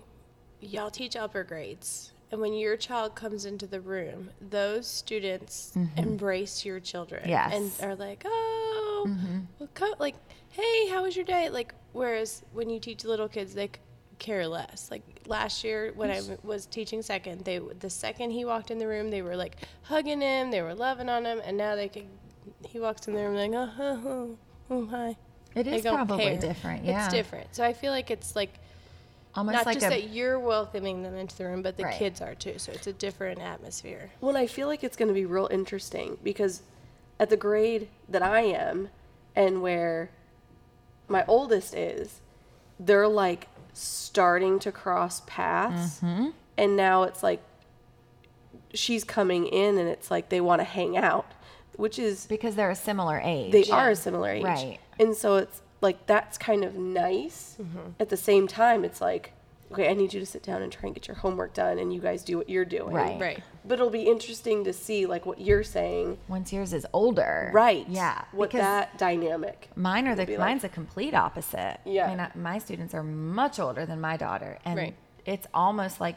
y'all teach upper grades, and when your child comes into the room, those students embrace your children,
Yes.
and are like, "Oh, well, co- like, hey, how was your day?" Like, whereas when you teach little kids, they c- care less. Like last year when I w- was teaching second, they the second he walked in the room, they were like hugging him, they were loving on him, and now they could. He walks in the room like, "Oh, oh, oh, oh hi."
It
They
is
don't
probably
care.
different. Yeah.
It's different. So I feel like it's like
Almost
not
like
just
a
that you're welcoming them into the room, but the
Right.
kids are too. So it's a different atmosphere.
Well, I feel like it's going to be real interesting because at the grade that I am and where my oldest is, they're like starting to cross paths. And now it's like she's coming in and it's like they want to hang out, which is
because they're a similar age.
they are a similar age.
Right. Mm-hmm.
And so it's like that's kind of nice. At the same time, it's like okay, I need you to sit down and try and get your homework done, and you guys do what you're doing.
Right.
Right.
But it'll be interesting to see like what you're saying.
Once yours is older.
Right.
Yeah.
What
because
that dynamic.
mine are the
would be like.
mine's a complete opposite.
Yeah.
I mean, I, my students are much older than my daughter, and
Right.
it's almost like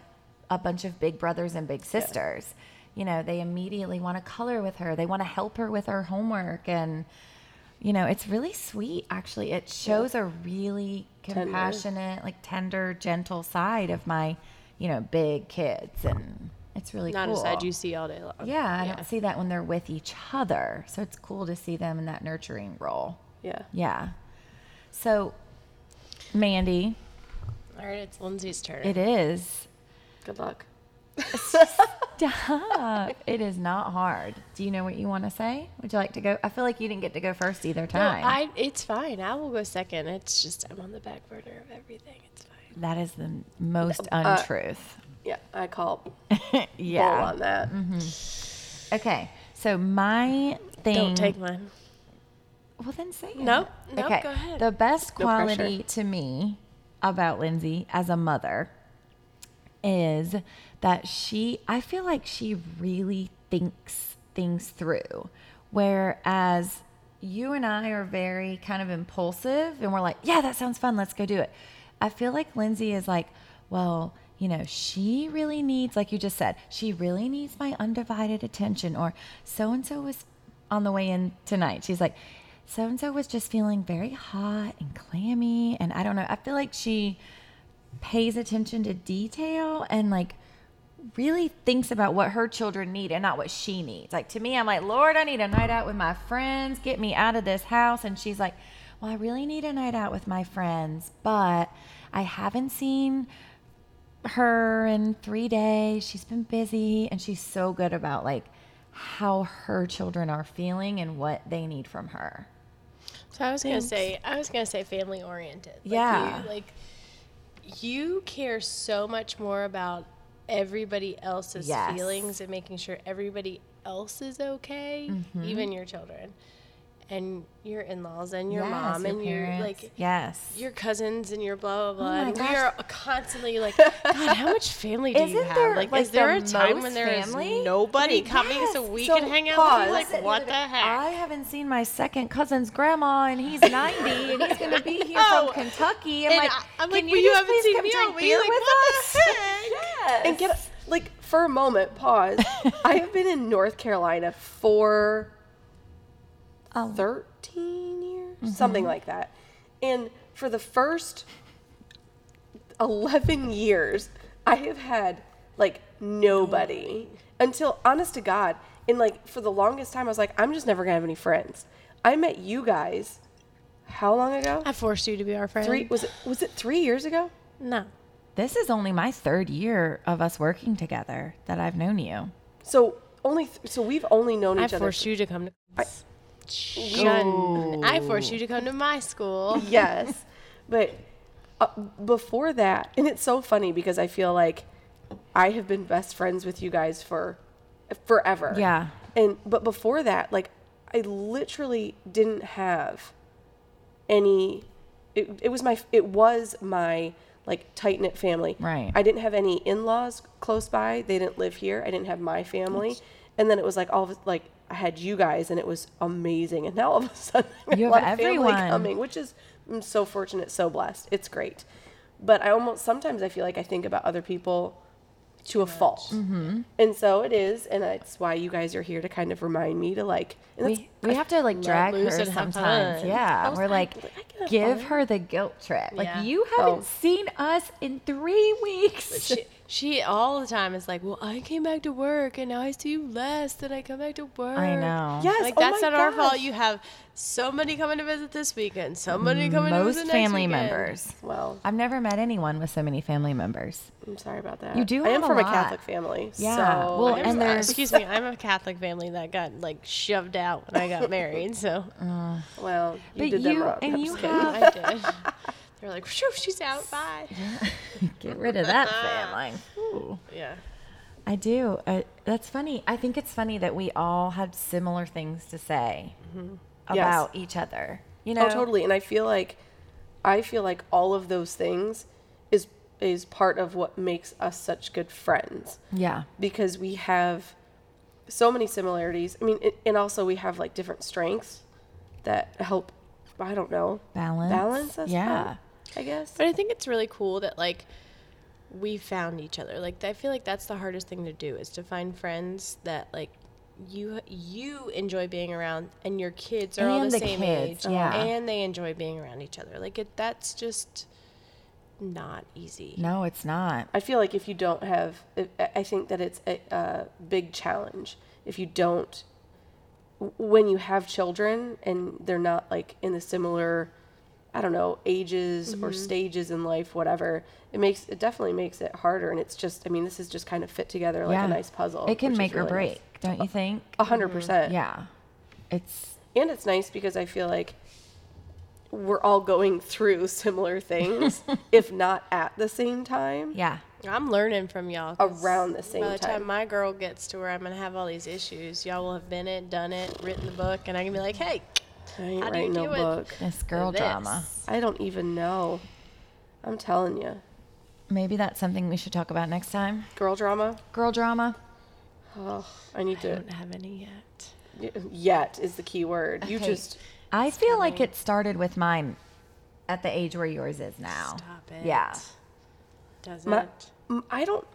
a bunch of big brothers and big sisters. You know, they immediately want to color with her. They want to help her with her homework, and you know, it's really sweet. Actually, it shows a really
Tender.
compassionate, like tender, gentle side of my, you know, big kids, and it's really
Not
cool.
a side you see all day long.
Yeah, I don't see that when they're with each other. So it's cool to see them in that nurturing role.
Yeah.
Yeah. So, Mandy,
All right, it's Lindsay's turn.
it is.
Good luck.
Stop. uh, it is not hard. Do you know what you want to say? Would you like to go? I feel like you didn't get to go first either
No,
time.
I, it's fine. I will go second. It's just I'm on the back burner of everything. It's fine.
that is the most
Uh,
untruth.
Yeah, I call
yeah. Mm-hmm.
bull on that.
Okay. So my thing.
Don't take mine.
Well, then say it.
Nope, nope, go ahead.
The best
No pressure.
quality to me about Lindsay as a mother is that she, I feel like she really thinks things through. Whereas you and I are very kind of impulsive and we're like, yeah, that sounds fun. Let's go do it. I feel like Lindsay is like, well, you know, she really needs, like you just said, she really needs my undivided attention. Or so and so was on the way in tonight. She's like, so and so was just feeling very hot and clammy. And I don't know. I feel like she pays attention to detail and like really thinks about what her children need and not what she needs. Like to me, I'm like, Lord, I need a night out with my friends. Get me out of this house. And she's like, Well, I really need a night out with my friends, but I haven't seen her in three days. She's been busy and she's so good about like how her children are feeling and what they need from her.
So I was gonna say I was gonna say family oriented. Like
Yeah.
You, like you care so much more about everybody else's
Yes.
feelings and making sure everybody else is okay,
Mm-hmm.
even your children. And your in laws and your
Yes,
mom and your
parents.
like
yes. Oh
your cousins and your blah blah blah.
my
and
gosh.
we are constantly like, God, how much family do you
Isn't
have?
there,
like,
like,
is there
the
a time
most
when there is
family?
nobody
Like,
coming so
yes.
we
So,
can hang out?
pause.
Like,
Listen,
what
dude,
the heck?
I haven't seen my second cousin's grandma, and he's 90, and he's going to be here
Oh,
from Kentucky. I'm
and
like,
I- I'm
can
like,
you,
well, you
just
haven't
please
seen
come
me all
drink
week?
beer
Like,
with
what
us?
the heck?
And get like for a moment, pause. I have been in North Carolina for
Oh.
13 years,
Mm-hmm.
something like that. And for the first 11 years, I have had like nobody until, honest to God, and like for the longest time, I was like, I'm just never gonna have any friends. I met you guys how long ago?
I forced you to be our friend.
Three was it was it three years ago?
No.
This is only my third year of us working together that I've known you.
So only th- so we've only known
I
each other.
forced you to come to.
I-
Shun. I forced you to come to my school.
yes. But uh, before that, and it's so funny because I feel like I have been best friends with you guys for forever.
Yeah.
And but before that, like I literally didn't have any it, it was my it was my like tight knit family.
Right.
I didn't have any in laws close by. They didn't live here. I didn't have my family. And then it was like all of like I had you guys and it was amazing. And now all of a sudden I
You
a lot
have
of family
everyone.
coming, which is I'm so fortunate, so blessed. It's great. But I almost sometimes I feel like I think about other people to a fault.
Mm-hmm.
And so it is, and that's why you guys are here to kind of remind me to like and that's-
We, we have to like drag
loose
her
and have
sometimes.
fun.
Yeah. We're like,
I can have
give
fun.
her the guilt trip. Like,
Yeah.
you haven't
Oh.
seen us in three weeks.
She, she all the time is like, "Well, I came back to work, and now I see you less than I come back to work."
I know.
Yes,
Like
oh
that's
my
not our fault.
gosh.
You have so many coming to visit this weekend, so many coming to visit
Most
next
family
weekend.
members.
Well,
I've never met anyone with so many family members.
I'm sorry about that.
You do
I am
have a
from a
lot.
Catholic family.
Yeah.
So
Well,
I am
and
sorry.
there's-
Excuse me, I'm a Catholic family that got like shoved out when I got married, so
well, you
but
did them
you-
wrong.
and
I'm
you
just kidding.
have-
I did. They're like, "Phew, she's out, bye."
Get rid of that family. Ooh.
Yeah.
I do. I, that's funny. I think it's funny that we all had similar things to say
Mm-hmm.
about each other. You know,
Oh, totally. And I feel like I feel like all of those things is is part of what makes us such good friends
Yeah.
because we have so many similarities. I mean, it, and also we have like different strengths that help. I don't know
Balance.
balance us.
Yeah.
out, I guess.
But I think it's really cool that like we found each other. Like I feel like that's the hardest thing to do is to find friends that like you you enjoy being around and your kids are all
And
the,
the
same
kids,
age
yeah.
and they enjoy being around each other. Like it that's just not easy.
No, it's not.
I feel like if you don't have, I- I think that it's a, a big challenge if you don't, when you have children and they're not like in the similar, I don't know, ages
Mm-hmm.
or stages in life, whatever. It makes it definitely makes it harder, and it's just, I mean, this is just kind of fit together like
yeah.
a nice puzzle.
It can
which is
make or
really nice. Oh,
break, don't you think?
Mm-hmm.
A hundred percent.
Yeah. It's
and it's nice because I feel like we're all going through similar things, if not at the same time.
yeah.
I'm learning from y'all. 'cause
Around the same
By the time.
time.
my girl gets to where I'm gonna have all these issues, y'all will have been it, done it, written the book, and I can be like, "Hey,
I ain't
How do you
writing no
deal with-
book.
This girl
this.
drama.
I don't even know. I'm telling you.
Maybe that's something we should talk about next time.
Girl drama?
Girl drama.
Oh, I need
I
to.
don't have any yet.
y- Yet is the key word. You
Okay.
just.
I feel like it started with mine at the age where yours is now.
Stop it.
Yeah.
Doesn't.
My, m- I don't.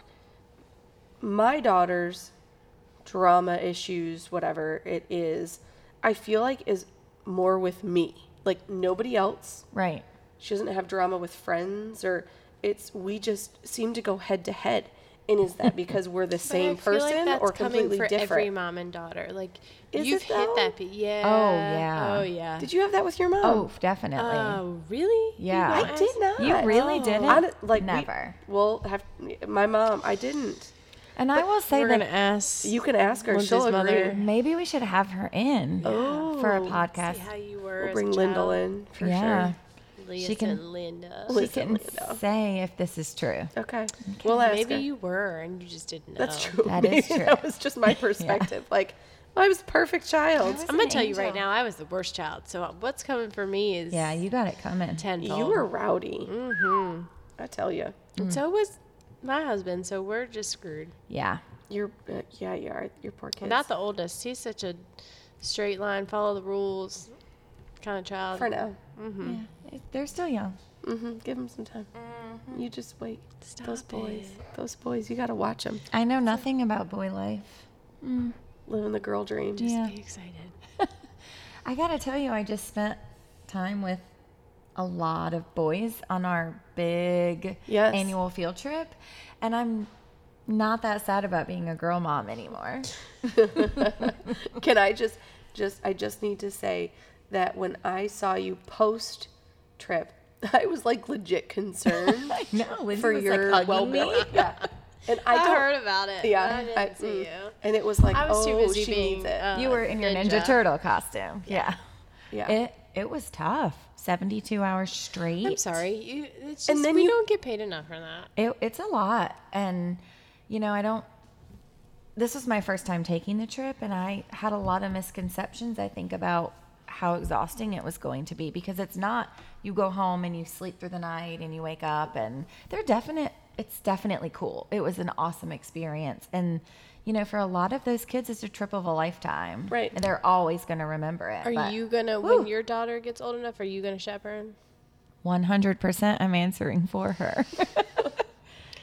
My daughter's drama issues, whatever it is, I feel like is more with me. Like nobody else.
Right.
She doesn't have drama with friends or. It's. We just seem to go head to head. And is that because we're the
But I
same
feel like
person
that's
or
coming
completely
for Every
different?
mom and daughter, like
Is
you've
it
hit
though?
that. Be- yeah.
yeah.
Oh yeah.
Did you have that with your mom?
Oh, definitely.
Oh really? You
Yeah.
don't
I
ask-
did not.
you really didn't?
I don't- like we-
Never.
well, have my mom. I didn't.
and I will say
We're
that
gonna ask.
You can ask her.
Lindsay's
She'll agree.
mother.
maybe we should have her in for a
Oh,
see
podcast.
how you were.
We'll
as
bring
a
Lyndall
child.
in for
yeah.
Listen,
She can-
Linda.
She
Listen,
can
Linda.
say if this is true.
sure. Okay. We'll ask
Maybe
her.
you were, and you just didn't know.
That's true.
That
Maybe
is true.
That was just my perspective. Like, well, I was a perfect child.
I was-
I'm gonna
an
tell you right
angel.
now, I was the worst child. So uh, what's coming for me is
Yeah, you got it coming.
tenfold.
You were rowdy. Mm-hmm. I tell you,
Mm.
And so was my husband. So we're just screwed.
Yeah.
you're uh, yeah, you are. You're poor kid.
Not the oldest. He's such a straight line, follow the rules kind of child.
for now.
Yeah. They're still young.
hmm Give him some time. You just wait. Those
Mm-hmm. Stop
boys. Those boys. You gotta watch them.
I know nothing about boy life.
Living the girl dream.
Yeah.
Be excited.
I got to tell you, I just spent time with a lot of boys on our big
Yes.
annual field trip. And I'm not that sad about being a girl mom anymore.
Can I just just I just need to say that when I saw you post trip, I was like legit concerned
I know. Lindsay
for
was,
your
like
well
hugging me.
being. Yeah. And I,
I,
don't-
heard about it.
Yeah,
Yeah. I didn't see
mm.
you.
And it was like,
I was
oh,
too busy
she
being,
needs it.
uh,
You were in your Ninja, Turtle costume. Yeah.
yeah.
eh.
It it was tough. 72 hours straight.
I'm sorry. You, it's just,
And then
we
you-
don't get paid enough for that.
It, it's a lot. And, you know, I don't. This was my first time taking the trip, and I had a lot of misconceptions, I think, about how exhausting it was going to be because it's not you go home and you sleep through the night and you wake up, and they're definite. It's definitely cool. It was an awesome experience. And, you know, for a lot of those kids, it's a trip of a lifetime.
Right.
And they're always going to remember it.
Are
but-
you going to,
Whew.
when your daughter gets old enough, are you going to chaperone?
100% I'm answering for her.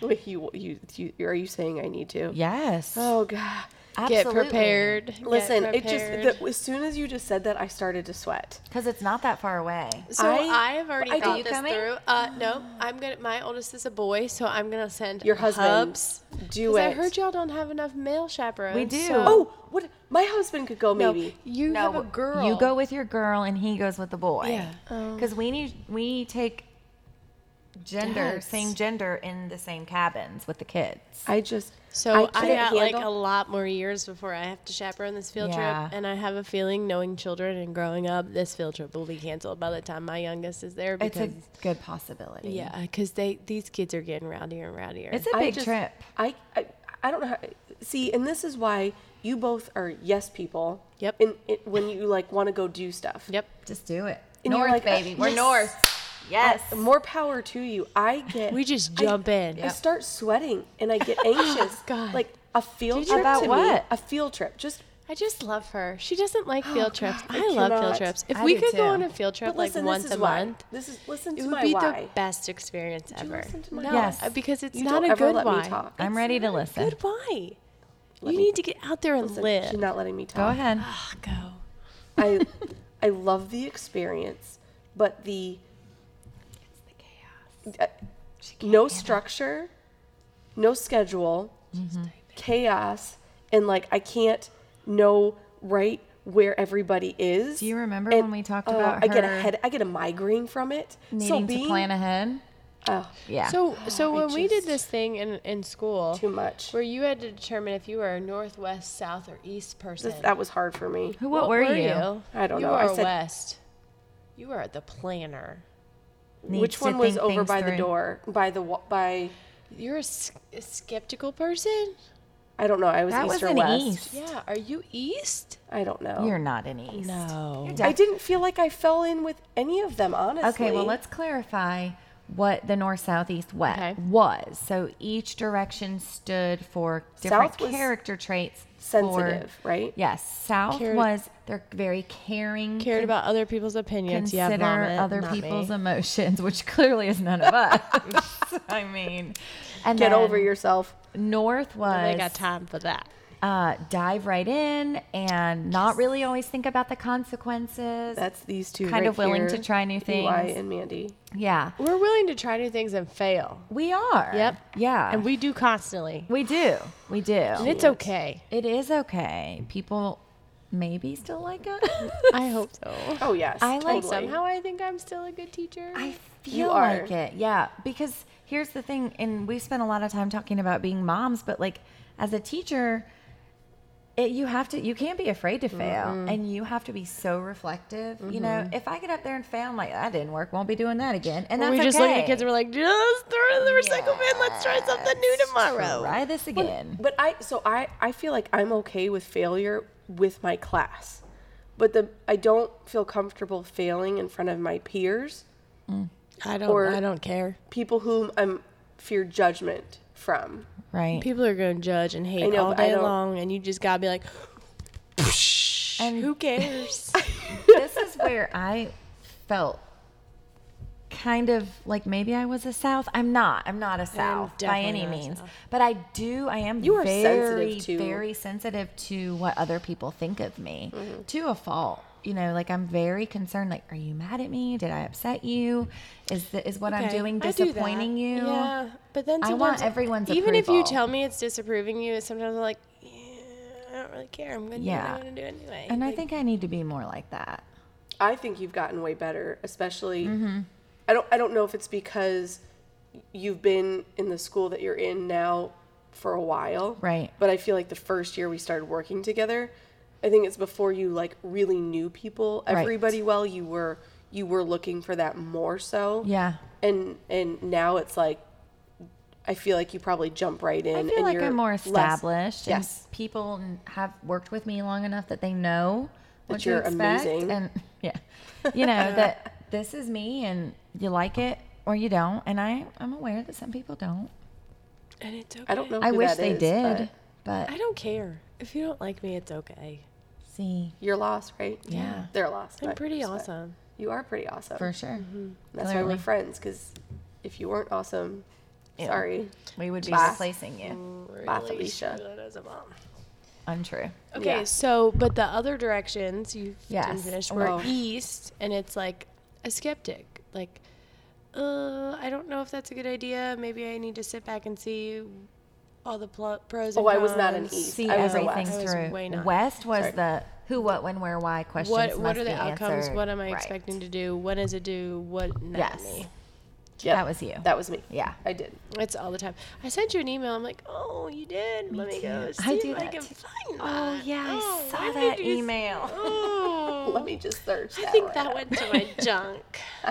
Wait, you, you, you, are you saying I need to?
yes.
Oh, God.
Get prepared. Get
Listen, it just,
prepared.
the, as soon as you just said that, I started to sweat.
Because it's not that far away.
so
I-
I, have already
I
thought
do-
this
coming?
through. Uh, no, I'm gonna. My oldest is a boy, so I'm gonna send
Your husband.
Hubs.
Do
'Cause
it.
I heard y'all don't have enough male chaperones.
We do.
so-
Oh, what? My husband could go,
No,
maybe.
you have a girl.
You go with your girl, and he goes with the boy.
Yeah.
Oh.
Because we need we take gender
Yes.
same gender in the same cabins with the kids.
I just.
So I,
couldn't
got like a
handle-
lot more years before I have to chaperone this field
Yeah.
trip, and I have a feeling, knowing children and growing up, this field trip will be canceled by the time my youngest is there.
It's
Because
a good possibility.
yeah, because they these kids are getting rowdier and rowdier.
It's a
I
big
just-
trip.
I, I I don't know. How, see, and this is why you both are yes people.
Yep.
And it, when you like want to go do stuff.
yep.
Just do it.
And you're
north,
like, uh,
baby. We're
yes. Uh,
north. Yes.
More power to you. I get.
We just jump in. Oh,
I start sweating and I get anxious.
God.
Like a field
Did
trip
you-
About
to me.
what?
A field trip. Just
I just love her. She doesn't like
Oh,
field trips.
I
I, love
cannot.
field trips. If
I
we
do
could
too.
go on a field trip
but listen,
like
this
once
is
a
why.
month,
This is listen
it
to
would
my
be
why.
the best experience
you
ever.
listen to my
no,
Yes.
uh, because it's
You
not
don't
a
ever
good
let
why.
me talk.
I'm ready to listen.
Good why.
Let
you
me-
need to get out there and
Listen,
live.
She's not letting me talk.
Go ahead.
Ah, go.
I I love the experience, but the uh, no structure, no schedule, chaos, and like I can't know right where everybody is.
Do you remember
And,
when we talked
oh,
about
I get a
her
head, I get a migraine from it. so
needing
being,
to plan ahead?
oh,
Yeah.
So, so
I
when we did
just-
this thing in, in school,
too much.
where you had to determine if you were a northwest, south, or east person.
This- that was hard for me.
Who? What, were, you?
I don't
you
know.
Were
I said-
west. You were the planner.
Needs
Which
to
one was
think
over
things
by the
through.
door? By the wa- by,
You're a, s- a skeptical person.
I don't know. I was
That
east
was
or
an
west.
east.
Yeah. Are you east?
I don't know.
You're not an east.
No.
I didn't feel like I fell in with any of them, honestly.
Okay, well, let's clarify what the north, south, east, west
Okay.
was. So each direction stood for different
South was
character traits. for-
sensitive, right?
Yes. South
Cared-
was they're very caring.
Cared about other people's opinions.
Consider
yeah, vomit,
other
not
people's
Me.
emotions, which clearly is none of us. I mean, and
Get
then
over yourself.
North
I
was
Oh, got time for that.
uh, dive right in and not really always think about the consequences.
That's these two.
Kind
right
of willing to
here,
try new
Eli
things.
and Mandy.
yeah,
We're willing to try new things and fail.
we are.
Yep.
Yeah,
And we do constantly.
we do. We do.
And it's okay.
It is okay. People maybe still like it.
I hope so.
Oh yes.
I
totally.
like
Somehow I think I'm still a good teacher.
I feel
You are.
like it. Yeah, because here's the thing, and we've spent a lot of time talking about being moms, but like as a teacher, it, you have to you can't be afraid
Mm-hmm.
to fail, and you have to be so reflective. You know, if I get up there and fail, I'm like that didn't work. Won't be doing that again. And
Well,
that's
we just
okay.
look at the kids and we're like, just throw it in the recycle bin. Let's try something new tomorrow.
Try this again.
But I so I I feel like I'm okay with failure with my class, but the I don't feel comfortable failing in front of my peers,
I don't.
Or-
I don't care.
people whom I'm fear judgment from.
right.
People are going to judge and hate
I know,
all
but I
day
don't-
long, and you just gotta be like,
And-
who cares?
this is where I felt kind of like maybe I was a South. I'm not. I'm not a South by
definitely
any
not a
means.
South.
But I do. I am.
You are
very,
sensitive to-
very sensitive to what other people think of me
Mm-hmm.
to a fault. You know, like I'm very concerned. Like, are you mad at me? Did I upset you? Is the, is what I'm
Okay,
doing
I do that.
disappointing you?
Yeah, but then
I
sometimes,
want everyone's
even if you
approval.
tell me it's disapproving you, sometimes I'm like, yeah, I don't really care. I'm gonna
Yeah.
do what I'm gonna do anyway.
And I
Like,
think I need to be more like that.
I think you've gotten way better, especially.
Mm-hmm.
I don't. I don't know if it's because you've been in the school that you're in now for a while,
Right.
But I feel like the first year we started working together, I think it's before you like really knew people,
Right.
everybody well. You were you were looking for that more so,
Yeah.
And and now it's like, I feel like you probably jump right in.
I feel
and
like
you're
I'm more
less-
established. and
yes.
people n- have worked with me long enough that they know what
you're
to expect.
amazing.
And yeah, you know that this is me, and you like it or you don't. And I, I'm aware that some people don't.
and it's okay.
I don't know.
I
who
wish
that
they
is,
did,
but
but,
I don't care if you don't like me. It's okay.
see
You're lost, right?
Yeah.
they're lost.
I'm
but-
pretty
but
awesome.
You are pretty awesome.
for sure
That's why
Clearly.
we're friends, because if you weren't awesome,
Yeah.
sorry.
we would be
Bye.
replacing you.
Bye,
Really
Felicia.
screw that as a mom.
Untrue.
Okay,
Yeah.
so but the other directions you
Yes.
didn't finish were
Oh.
east, and it's like a skeptic, like, uh, I don't know if that's a good idea. Maybe I need to sit back and see all the pl- pros. And
Oh, I was not an
cons.
east.
See
I was a
everything
west.
I was
through.
way not.
West was
Sorry.
the who, what, when, where, why questions.
What What
must
are the
be
outcomes?
answered.
What am I
Right.
expecting to do? When is it due? What not
Yes.
me?
Yep.
That was you.
That was me.
Yeah.
I did.
It's all the time. I sent you an email. I'm like, oh, you did. Let me go
too.
see
I do
if I
that
can
too.
find
Oh
that.
yeah, I
Oh,
saw
why did
that
you s-
email.
Oh.
Let me just search.
I think
right
that
up.
went to my junk.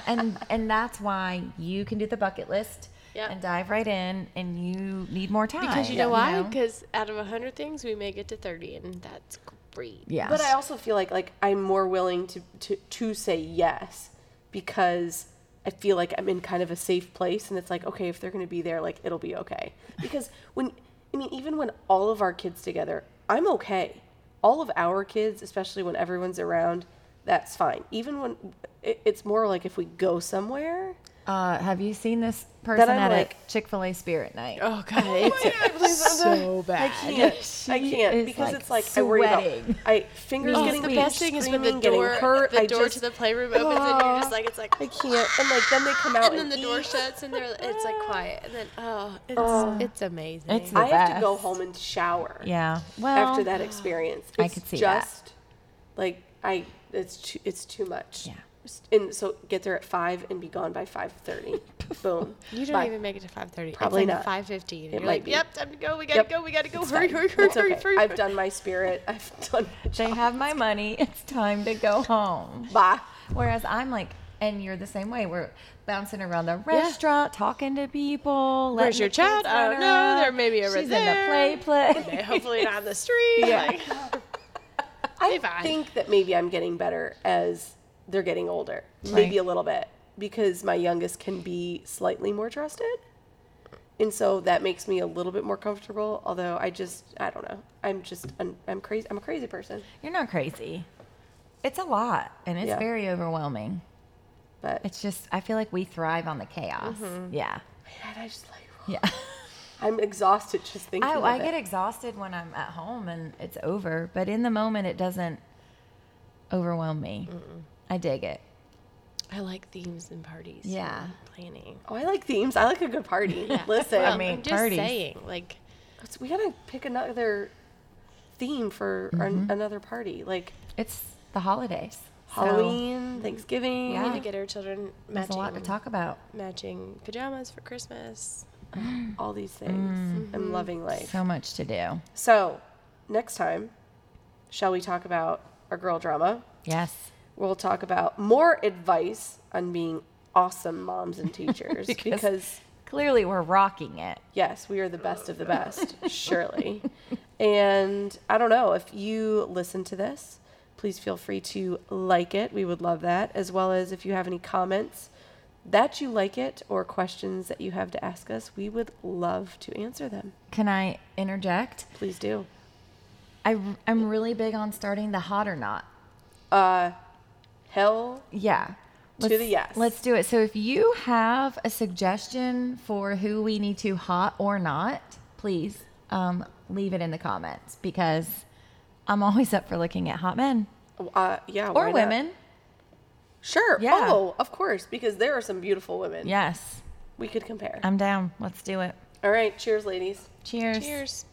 and and that's why you can do the bucket list
Yeah.
and dive right in and you need more time
Because you know why? Because out of 100 things, we make it to 30, and that's great.
yeah
But I also feel like like I'm more willing to to, to say yes because I feel like I'm in kind of a safe place, and it's like, okay, if they're going to be there, like it'll be okay. Because when, I mean, even when all of our kids together, I'm okay. All of our kids, especially when everyone's around, that's fine. Even when it, it's more like if we go somewhere,
Uh, have you seen this person
I'm
at
like-
a Chick Fil A Spirit night?
Oh god, it's so bad.
I can't. I
She
can't
is,
because
like,
it's like I worry about
sweating.
I fingers
Oh,
getting
the
weak,
best thing is when the
screaming, getting
door,
hurt.
the
I
door
just,
to the playroom opens, and you're just like, it's like,
I can't. And like then they come out
and then the door
eat.
shuts, and they're, it's like quiet, and then oh, it's it's amazing.
It's the
I have to go
best.
home and shower.
Yeah. Well,
After that experience, it's
I could see that.
just like I. It's too, it's too much.
Yeah.
And so get there at five and be gone by five thirty. Boom.
you don't
Bye.
even make it to five thirty.
Probably
it's like
not.
Five fifteen.
It
You're
might
like,
be.
yep, time to go. We gotta
Yep.
go. We gotta go.
It's
Hurry,
done.
hurry, hurry,
It's
hurry,
okay.
hurry.
I've done my spirit. I've done. My
they
job.
have my money. It's time to go home.
Bye.
Whereas I'm like, and you're the same way. We're bouncing around the restaurant, talking to people. letting
your
the
child?
kids run
Oh,
I don't know. There
around.
may be a
She's
red
in the play play.
Hopefully not on the street. Like,
I
fine.
think that maybe I'm getting better as they're getting older. Maybe
Right.
a little bit because my youngest can be slightly more trusted. And so that makes me a little bit more comfortable, although I just I don't know. I'm just I'm, I'm crazy. I'm a crazy person.
You're not crazy. It's a lot, and it's
Yeah.
very overwhelming.
But
It's just I feel like we thrive on the chaos. Yeah.
God, I just like
Yeah.
I'm exhausted just thinking
I,
of
Oh, I
it.
get exhausted when I'm at home and it's over, but in the moment it doesn't overwhelm me. I dig it.
I like themes and parties. and
Yeah.
planning.
Oh, I like themes. I like a good party. Listen,
Well,
mean,
I'm just
parties.
saying, like,
let's- we gotta pick another theme for our- another party, like
It's the holidays. Mm-hmm. So,
Halloween, Thanksgiving.
we
Yeah.
need to get our children
there's
matching,
a lot to talk about.
matching pajamas for Christmas.
all these things.
Mm-hmm.
I'm loving life.
So much to do.
So, next time, shall we talk about our girl drama?
Yes.
We'll talk about more advice on being awesome moms and teachers because,
clearly we're rocking it.
yes, we are the best of the best, surely. And I don't know if you listen to this, please feel free to like it. We would love that, as well as if you have any comments that you like it or questions that you have to ask us, we would love to answer them.
Can I interject?
Please do.
I, I'm really big on starting the hot or not.
Hell
Yeah.
To the yes.
Let's do it. So if you have a suggestion for who we need to hot or not, please um, leave it in the comments because I'm always up for looking at hot men
Uh, yeah.
or
why not?
women.
Sure.
Yeah.
Oh, of course, because there are some beautiful women.
Yes,
We could compare.
I'm down. Let's do it.
All right. Cheers, ladies.
Cheers.
Cheers.